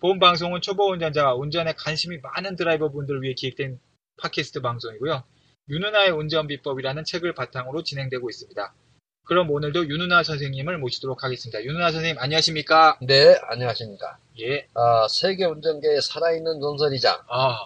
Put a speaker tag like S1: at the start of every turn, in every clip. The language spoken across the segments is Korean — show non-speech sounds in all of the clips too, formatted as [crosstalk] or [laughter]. S1: 본 방송은 초보 운전자와 운전에 관심이 많은 드라이버 분들을 위해 기획된 팟캐스트 방송이고요. 윤은아의 운전 비법이라는 책을 바탕으로 진행되고 있습니다. 그럼 오늘도 윤은아 선생님을 모시도록 하겠습니다. 윤은아 선생님 안녕하십니까?
S2: 네, 안녕하십니까.
S1: 예.
S2: 아, 세계 운전계의 살아있는 논설이자
S1: 아,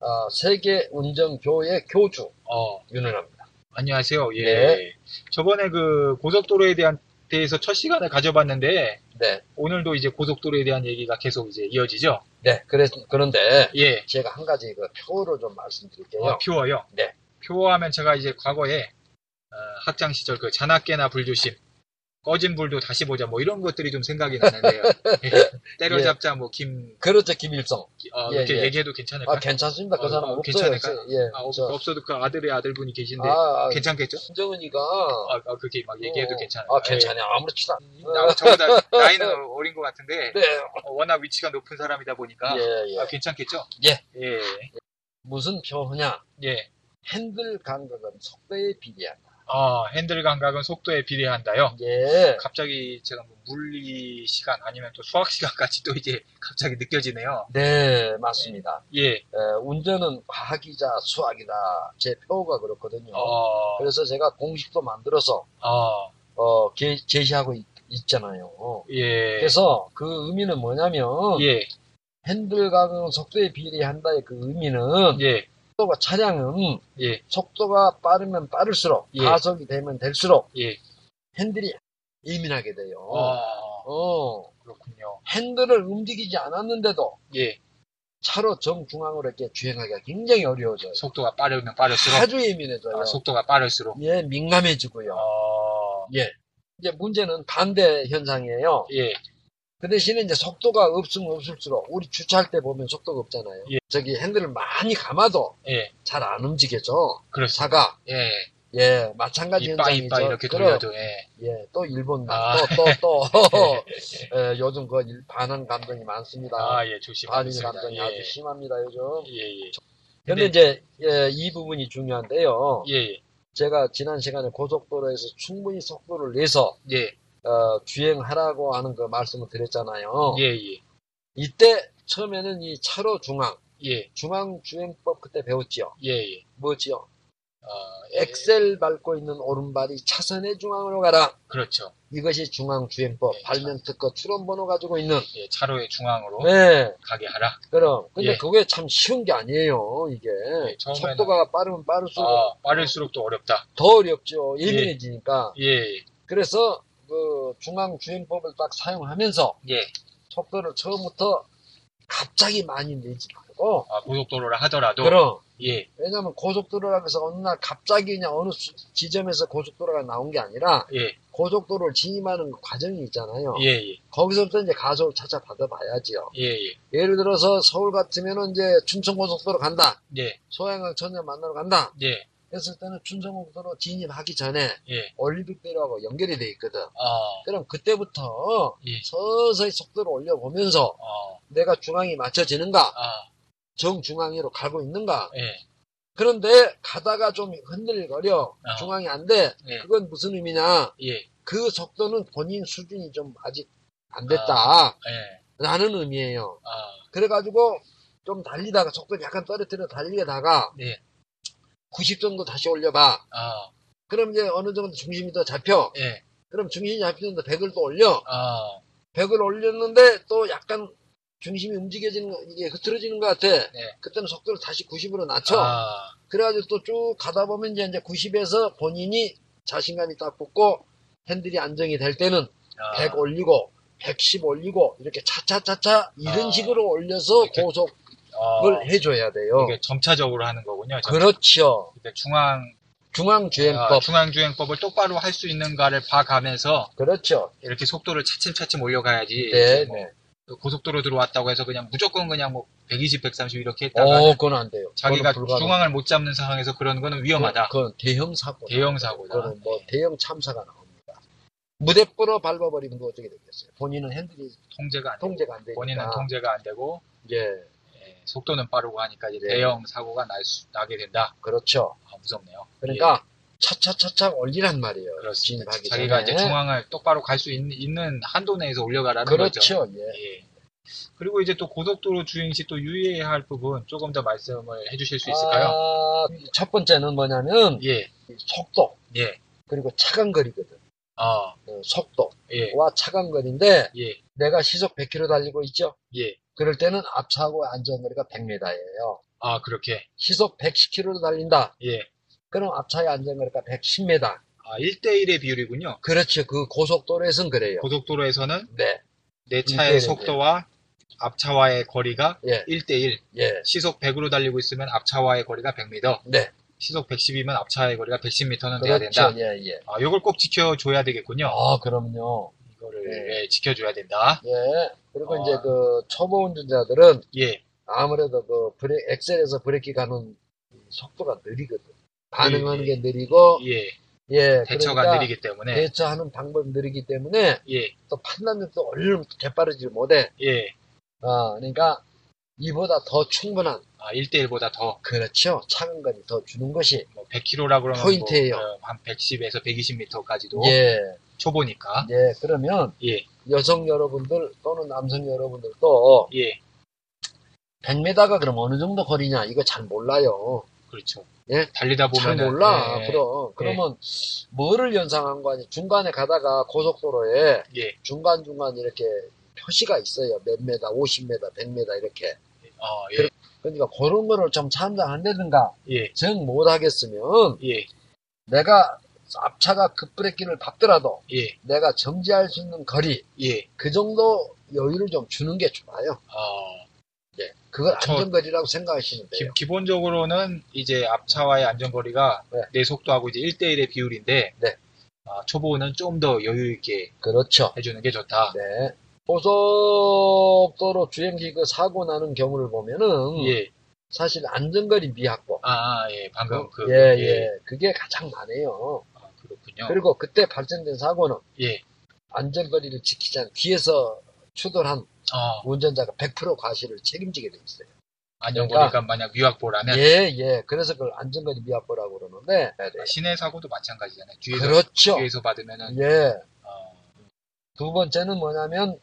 S2: 아, 세계 운전교의 교주
S1: 어,
S2: 윤은합니다.
S1: 안녕하세요. 예.
S2: 네.
S1: 저번에 그 고속도로에 대한 대해서 첫 시간을 가져봤는데
S2: 네,
S1: 오늘도 이제 고속도로에 대한 얘기가 계속 이제 이어지죠.
S2: 네. 그래서 그런데
S1: 예.
S2: 제가 한 가지 그 표로 좀 말씀드릴게요.
S1: 어, 퓨어요.
S2: 네.
S1: 퓨어하면 제가 이제 과거에 어, 학창 시절 그 자나깨나 불조심, 꺼진 불도 다시 보자 뭐 이런 것들이 좀 생각이
S2: [laughs]
S1: 나는데요. 예. [laughs] 때려잡자 뭐 김 어,
S2: 그렇죠, 김일성. 예,
S1: 이렇게
S2: 예.
S1: 얘기해도 괜찮을까요?
S2: 아, 괜찮습니다. 그
S1: 어,
S2: 사람
S1: 어,
S2: 없어요.
S1: 괜찮을까요?
S2: 예,
S1: 아, 없,
S2: 저-
S1: 어도그 아들의 아들분이 계신데
S2: 아, 아,
S1: 괜찮겠죠?
S2: 신정은이가
S1: 아, 아, 그렇게 막 얘기해도
S2: 어,
S1: 괜찮아요.
S2: 아, 괜찮아요. 아무렇지도 않.
S1: 예. 나
S2: [laughs]
S1: 저보다 나이는 어린 것 같은데
S2: 네,
S1: 어, 워낙 위치가 높은 사람이다 보니까
S2: 예, 예.
S1: 아, 괜찮겠죠?
S2: 예.
S1: 예.
S2: 무슨 표냐?
S1: 예.
S2: 핸들 간격은 속도에 비례한다.
S1: 어, 핸들 감각은 속도에 비례한다요.
S2: 예,
S1: 갑자기 제가 뭐 물리 시간 아니면 또 수학 시간까지 또 이제 갑자기 느껴지네요.
S2: 네, 맞습니다.
S1: 예,
S2: 예, 운전은 과학이자 수학이다. 제 표가 그렇거든요.
S1: 어,
S2: 그래서 제가 공식도 만들어서
S1: 어,
S2: 어, 게- 제시하고 있, 잖아요
S1: 예,
S2: 그래서 그 의미는 뭐냐면
S1: 예,
S2: 핸들 가는 속도에 비례한다의 그 의미는
S1: 예,
S2: 속도가 차량은
S1: 예,
S2: 속도가 빠르면 빠를수록
S1: 예.
S2: 가속이 되면 될수록
S1: 예.
S2: 핸들이 예민하게 돼요.
S1: 어,
S2: 어,
S1: 그렇군요.
S2: 핸들을 움직이지 않았는데도
S1: 예,
S2: 차로 정중앙으로 이렇게 주행하기가 굉장히 어려워져요.
S1: 속도가 빠르면 빠를수록,
S2: 아주 예민해져요.
S1: 아, 속도가 빠를수록,
S2: 예, 민감해지고요.
S1: 어,
S2: 이제 문제는 반대 현상이에요.
S1: 예,
S2: 그 대신에 이제 속도가 없으면 없을수록 우리 주차할 때 보면 속도가 없잖아요.
S1: 예.
S2: 저기 핸들을 많이 감아도
S1: 예,
S2: 잘 안 움직여져.
S1: 그렇죠.
S2: 차가
S1: 예,
S2: 예 마찬가지
S1: 이빠
S2: 현상이죠.
S1: 이빠 이렇게
S2: 그럼,
S1: 돌려도, 예,
S2: 예또 일본
S1: 아.
S2: 또또또
S1: [laughs]
S2: 예, 요즘 그 일- 반항 감정이 많습니다.
S1: 아, 예,
S2: 반항
S1: 조심하겠습니다.
S2: 감정이
S1: 예,
S2: 아주 심합니다 요즘.
S1: 예, 예,
S2: 근데
S1: 근데-
S2: 이제 예, 이 부분이 중요한데요.
S1: 예,
S2: 제가 지난 시간에 고속도로에서 충분히 속도를 내서
S1: 예, 예,
S2: 어, 주행하라고 하는 그 말씀을 드렸잖아요.
S1: 예,
S2: 이때 처음에는 이 차로 중앙
S1: 예,
S2: 중앙주행법 그때 배웠지요.
S1: 예, 예,
S2: 뭐지요?
S1: 어,
S2: 예. 엑셀 밟고 있는 오른발이 차선의 중앙으로 가라.
S1: 그렇죠.
S2: 이것이 중앙주행법.
S1: 네,
S2: 발명 특허 출원번호 가지고 있는.
S1: 예, 차로의 중앙으로
S2: 네,
S1: 가게 하라.
S2: 그럼. 근데
S1: 예.
S2: 그게 참 쉬운 게 아니에요, 이게.
S1: 처음에는-
S2: 속도가 빠르면 빠를수록
S1: 아, 빠를수록 또 어렵다.
S2: 더 어렵죠. 예민해지니까.
S1: 예,
S2: 그래서 그 중앙주행법을 딱 사용하면서
S1: 예.
S2: 속도를 처음부터 갑자기 많이 내지 말고.
S1: 아, 고속도로를 하더라도.
S2: 그럼
S1: 예,
S2: 왜냐면 고속도로라면서 어느 날 갑자기 그냥 어느 수- 지점에서 고속도로가 나온 게 아니라
S1: 예,
S2: 고속도로를 진입하는 그 과정이 있잖아요.
S1: 예, 예,
S2: 거기서부터 이제 가속을 찾아 받아봐야지요.
S1: 예, 예,
S2: 예를 들어서 서울 같으면 이제 춘천고속도로 간다.
S1: 예,
S2: 소양강 천년 만나러 간다.
S1: 예,
S2: 했을 때는 춘천고속도로 진입하기 전에
S1: 예.
S2: 올림픽대로하고 연결이 돼 있거든.
S1: 아,
S2: 그럼 그때부터
S1: 예.
S2: 서서히 속도를 올려보면서
S1: 어,
S2: 내가 중앙이 맞춰지는가,
S1: 아,
S2: 정중앙으로 가고 있는가,
S1: 예,
S2: 그런데 가다가 좀 흔들거려
S1: 어.
S2: 중앙이 안 돼.
S1: 네.
S2: 그건 무슨 의미냐?
S1: 예, 예,
S2: 그 속도는 본인 수준이 좀 아직 안 됐다. 라는 의미예요.
S1: 예. 아,
S2: 그래가지고 좀 달리다가 속도 약간 떨어뜨려 달리다가
S1: 네.
S2: 90 정도 다시 올려봐.
S1: 아,
S2: 그럼 이제 어느 정도 중심이 더 잡혀.
S1: 예,
S2: 그럼 중심이 잡히는데 100을 또 올려.
S1: 아,
S2: 100을 올렸는데 또 약간 중심이 움직여지는 거, 이게 흐트러지는 것 같아.
S1: 네.
S2: 그때는 속도를 다시 90으로 낮춰.
S1: 아,
S2: 그래가지고 또 쭉 가다 보면 이제, 이제 90에서 본인이 자신감이 딱 붙고 핸들이 안정이 될 때는
S1: 아,
S2: 100 올리고 110 올리고 이렇게 차차차차 이런
S1: 아.
S2: 식으로 올려서
S1: 이렇게
S2: 고속을
S1: 어,
S2: 해줘야 돼요.
S1: 이게 점차적으로 하는 거군요. 점-
S2: 그렇죠.
S1: 이게 중앙
S2: 중앙주행법
S1: 아, 중앙주행법을 똑바로 할 수 있는가를 봐가면서
S2: 그렇죠.
S1: 이렇게 속도를 차츰차츰 올려가야지.
S2: 네,
S1: 뭐
S2: 네.
S1: 고속도로 들어왔다고 해서 그냥 무조건 그냥 뭐 120, 130 이렇게 했다가
S2: 어, 그건 안 돼요.
S1: 자기가
S2: 그건 불가능.
S1: 중앙을 못 잡는 상황에서 그런 거는 위험하다.
S2: 그건 대형 사고.
S1: 대형 사고다.
S2: 그건 뭐 대형 참사가 나옵니다. 무대 뿌러 밟아버리면 그 어떻게 되겠어요? 본인은 핸들이
S1: 통제가 안 되고
S2: 네. 통제가 안 되니까.
S1: 본인은 통제가 안 되고
S2: 예,
S1: 예, 속도는 빠르고 하니까 이제
S2: 네.
S1: 대형 사고가 날 수, 나게 된다.
S2: 그렇죠.
S1: 아, 무섭네요.
S2: 그러니까 차차차차 올리란 말이에요.
S1: 예, 그렇습니다.
S2: 진입하기
S1: 자기가
S2: 전에.
S1: 이제 중앙을 똑바로 갈 수 있는 한도 내에서 올려가라는 거죠.
S2: 그렇죠. 예.
S1: 예. 그리고 이제 또 고속도로 주행 시 또 유의해야 할 부분 조금 더 말씀을 해주실 수 있을까요?
S2: 아, 첫 번째는 뭐냐면
S1: 예,
S2: 속도
S1: 예,
S2: 그리고 차간거리거든.
S1: 아,
S2: 어, 속도와
S1: 예,
S2: 차간거리인데
S1: 예,
S2: 내가 시속 100km 달리고 있죠.
S1: 예,
S2: 그럴 때는 앞차하고 안전거리가 100m예요.
S1: 아 그렇게,
S2: 시속 110km로 달린다.
S1: 예,
S2: 그럼 앞차의 안전거리가 110m.
S1: 아 1대1의 비율이군요.
S2: 그렇죠. 그 고속도로에서는 그래요.
S1: 고속도로에서는
S2: 네.
S1: 내 차의
S2: 예,
S1: 속도와 앞차와의 거리가
S2: 예.
S1: 1대1.
S2: 예.
S1: 시속 100으로 달리고 있으면 앞차와의 거리가 100m.
S2: 네.
S1: 시속 110이면 앞차와의 거리가 110m는 돼야 된다.
S2: 그렇죠. 예, 예.
S1: 아, 요걸 꼭 지켜줘야 되겠군요.
S2: 아, 그럼요.
S1: 이거를
S2: 네.
S1: 예, 지켜줘야 된다.
S2: 예. 그리고
S1: 아.
S2: 이제 그 초보 운전자들은
S1: 예,
S2: 아무래도 그 브레, 엑셀에서 브레이크 가는 속도가 느리거든. 반응하는 게 느리고,
S1: 예,
S2: 예.
S1: 대처가
S2: 어, 그러니까
S1: 느리기 때문에
S2: 대처하는 방법이 느리기 때문에
S1: 예,
S2: 또 판단력도 얼른 재빠르지 못해.
S1: 예.
S2: 아, 그러니까 이보다 더 충분한,
S1: 아, 1대1보다 더,
S2: 그렇죠. 차근거리 더 주는 것이,
S1: 뭐, 100km라 그러면.
S2: 포인트예요.
S1: 뭐, 어, 한 110에서 120m까지도.
S2: 예,
S1: 초보니까.
S2: 예. 그러면
S1: 예,
S2: 여성 여러분들 또는 남성 여러분들도
S1: 예.
S2: 100m가 그럼 어느 정도 거리냐 이거 잘 몰라요.
S1: 그렇죠.
S2: 예?
S1: 달리다 보면.
S2: 잘 몰라. 그럼
S1: 예.
S2: 그러면 뭐를 연상한 거 아니? 중간에 가다가 고속도로에
S1: 예.
S2: 중간 중간 이렇게 표시가 있어요. 몇 메다, 50m, 100m 이렇게.
S1: 어, 예,
S2: 그래- 그러니까 그런 거를 좀 참작한다든가
S1: 예,
S2: 정 못하겠으면
S1: 예,
S2: 내가 앞차가 급브레이크를 밟더라도
S1: 예,
S2: 내가 정지할 수 있는 거리
S1: 예.
S2: 그 정도 여유를 좀 주는 게 좋아요.
S1: 어, 네.
S2: 예. 그걸
S1: 저-
S2: 안전거리라고 생각하시면 돼요.
S1: 기, 본적으로는 이제 앞차와의 안전거리가
S2: 네.
S1: 내 속도하고 이제 1대1의 비율인데.
S2: 네.
S1: 아, 초보는 좀 더 여유있게
S2: 그렇죠.
S1: 해주는 게 좋다.
S2: 네. 고속도로 주행시 그 사고 나는 경우를 보면은
S1: 예.
S2: 사실 안전거리 미확보.
S1: 아, 아, 예. 방금 그.
S2: 예, 예. 그게 가장 많아요.
S1: 아, 그렇군요.
S2: 그리고 그때 발생된 사고는
S1: 예.
S2: 안전거리를 지키지 않 뒤에서 추돌한
S1: 어,
S2: 운전자가 100% 과실을 책임지게 돼 있어요.
S1: 안전거리가
S2: 그러니까-
S1: 만약 위약보라면.
S2: 예, 예. 그래서 그걸 안전거리 미확보라고 그러는데
S1: 아, 시내 사고도 마찬가지잖아요. 뒤에서
S2: 그렇죠.
S1: 뒤에서 받으면은
S2: 예.
S1: 어,
S2: 두 번째는 뭐냐면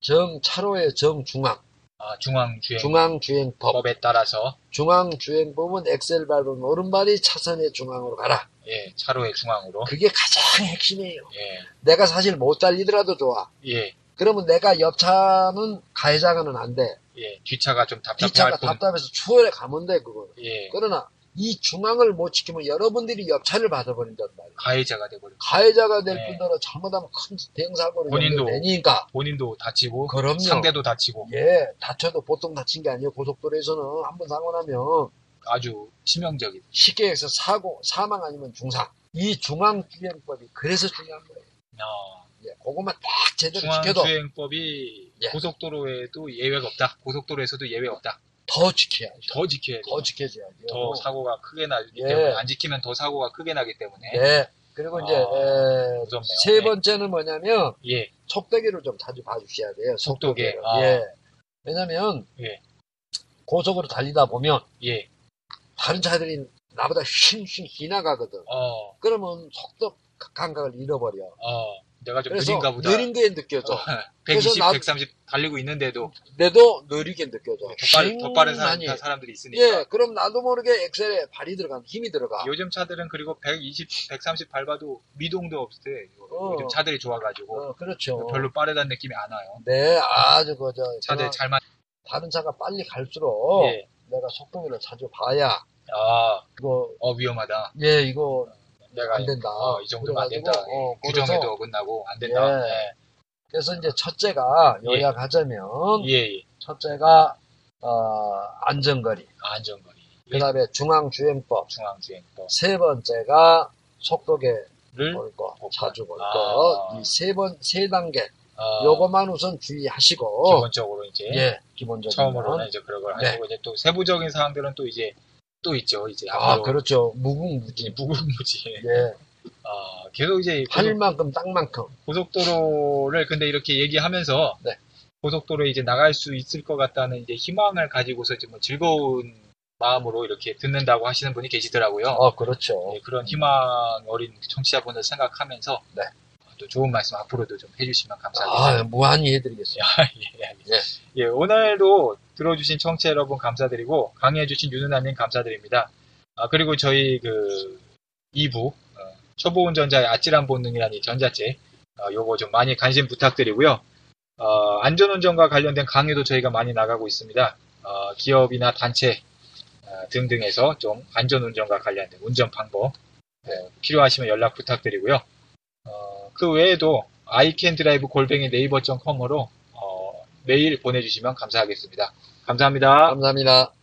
S2: 정 차로의 정중앙,
S1: 아, 중앙 주행
S2: 중앙주행법.
S1: 법에 따라서
S2: 중앙주행법은 엑셀 밟으면 오른발이 차선의 중앙으로 가라.
S1: 예, 차로의 중앙으로
S2: 그게 가장 핵심이에요.
S1: 예,
S2: 내가 사실 못 달리더라도 좋아.
S1: 예,
S2: 그러면 내가 옆차는 가해자가는 안 돼.
S1: 예, 뒤차가 좀 답답할
S2: 뒷차가
S1: 뿐.
S2: 답답해서 추월에 가면 돼, 그거.
S1: 예,
S2: 그러나 이 중앙을 못 지키면 여러분들이 옆차를 받아버린단 말이에요.
S1: 가해자가 돼버려.
S2: 가해자가 될
S1: 네.
S2: 뿐더러 잘못하면 큰 대형사고로
S1: 본인도.
S2: 되니까.
S1: 본인도 다치고
S2: 그럼요.
S1: 상대도 다치고
S2: 예, 다쳐도 보통 다친 게 아니에요. 고속도로에서는 한 번 사고 나면
S1: 아주 치명적인.
S2: 쉽게 해서 사고, 사망 아니면 중상. 이 중앙주행법이 그래서 중요한 거예요.
S1: 어,
S2: 예, 그것만 딱 제대로
S1: 중앙
S2: 지켜도
S1: 주행법이
S2: 예.
S1: 고속도로에도 예외가 없다. 고속도로에서도 예외 없다.
S2: 더 지켜야죠.
S1: 더 지켜야 돼.
S2: 더 지켜줘야죠.
S1: 더 사고가 크게 나기
S2: 예.
S1: 때문에 안 지키면 더 사고가 크게 나기 때문에
S2: 예. 그리고 이제
S1: 아,
S2: 에,
S1: 무섭네요. 네.
S2: 세 번째는 뭐냐면
S1: 예,
S2: 속도계를 좀 자주 봐주셔야 돼요.
S1: 속도계.
S2: 속도계를.
S1: 아.
S2: 예. 왜냐면
S1: 예.
S2: 고속으로 달리다 보면
S1: 예,
S2: 다른 차들이 나보다 휙휙 지나가거든.
S1: 어,
S2: 그러면 속도 감각을 잃어버려.
S1: 어, 내가 좀
S2: 그래서
S1: 느린가 보다. 어.
S2: 느린 게
S1: [laughs]
S2: 느껴져.
S1: 120,
S2: 그래서 나-
S1: 130 달리고 있는데도
S2: 내도 느리게 느껴져.
S1: 더 빠른, 더 빠른 사람,
S2: 이
S1: 사람들이 있으니까.
S2: 예, 그럼 나도 모르게 엑셀에 발이 들어간 힘이 들어가.
S1: 요즘 차들은 그리고 120, 130 밟아도 미동도 없대.
S2: 어.
S1: 요즘 차들이 좋아가지고
S2: 어, 그렇죠.
S1: 별로 빠르다는 느낌이 안 와요.
S2: 네, 아주 어. 그저
S1: 차들
S2: 그냥
S1: 잘 맞.
S2: 다른 차가 빨리 갈수록
S1: 네, 예.
S2: 내가 속도계를 자주 봐야
S1: 아,
S2: 이거
S1: 어 위험하다.
S2: 예 이거
S1: 내가
S2: 안 된다.
S1: 어, 이 정도면 안 된다.
S2: 그래가지고, 어,
S1: 규정에도
S2: 그래서-
S1: 어긋나고 안 된다.
S2: 예. 그래서 이제 첫째가
S1: 예.
S2: 요약하자면
S1: 예, 예.
S2: 첫째가 어, 안전거리,
S1: 안전거리,
S2: 그 다음에 중앙주행법,
S1: 중앙주행법을
S2: 세 번째가 속도계를 걸고
S1: 어,
S2: 자주
S1: 아.
S2: 걸고 이 세 번 세 단계
S1: 어,
S2: 요거만 우선 주의하시고
S1: 기본적으로 이제
S2: 예 기본적으로
S1: 처음으로는 이제 그런 걸
S2: 네.
S1: 하시고 이제 또 세부적인 사항들은 또 이제 또 있죠. 이제
S2: 아
S1: 앞으로
S2: 그렇죠 무궁무진
S1: 무궁무지.
S2: 예
S1: 아, 계속 이제
S2: 할 만큼 딱 만큼
S1: 고속도로를 근데 이렇게 얘기하면서
S2: 네.
S1: 고속도로에 이제 나갈 수 있을 것 같다는 이제 희망을 가지고서 지금 뭐 즐거운 마음으로 이렇게 듣는다고 하시는 분이 계시더라고요.
S2: 어 그렇죠
S1: 예, 그런 희망 어린 청취자분을 생각하면서
S2: 네.
S1: 또 좋은 말씀 앞으로도 좀 해주시면 감사하겠습니다.
S2: 아 네. 무한히 해드리겠습니다
S1: [laughs] 예, 알겠습니다. 예, 오늘도 들어주신 청취자 여러분 감사드리고 강의해주신 윤은아님 감사드립니다. 아 그리고 저희 그 2부 어, 초보 운전자의 아찔한 본능이라는 이 전자책 어, 요거 좀 많이 관심 부탁드리고요. 어, 안전운전과 관련된 강의도 저희가 많이 나가고 있습니다. 어, 기업이나 단체 어, 등등에서 좀 안전운전과 관련된 운전 방법 어, 필요하시면 연락 부탁드리고요. 어, 그 외에도 아이캔드라이브 골뱅이 어, 네이버.com으로 메일 보내주시면 감사하겠습니다. 감사합니다.
S2: 감사합니다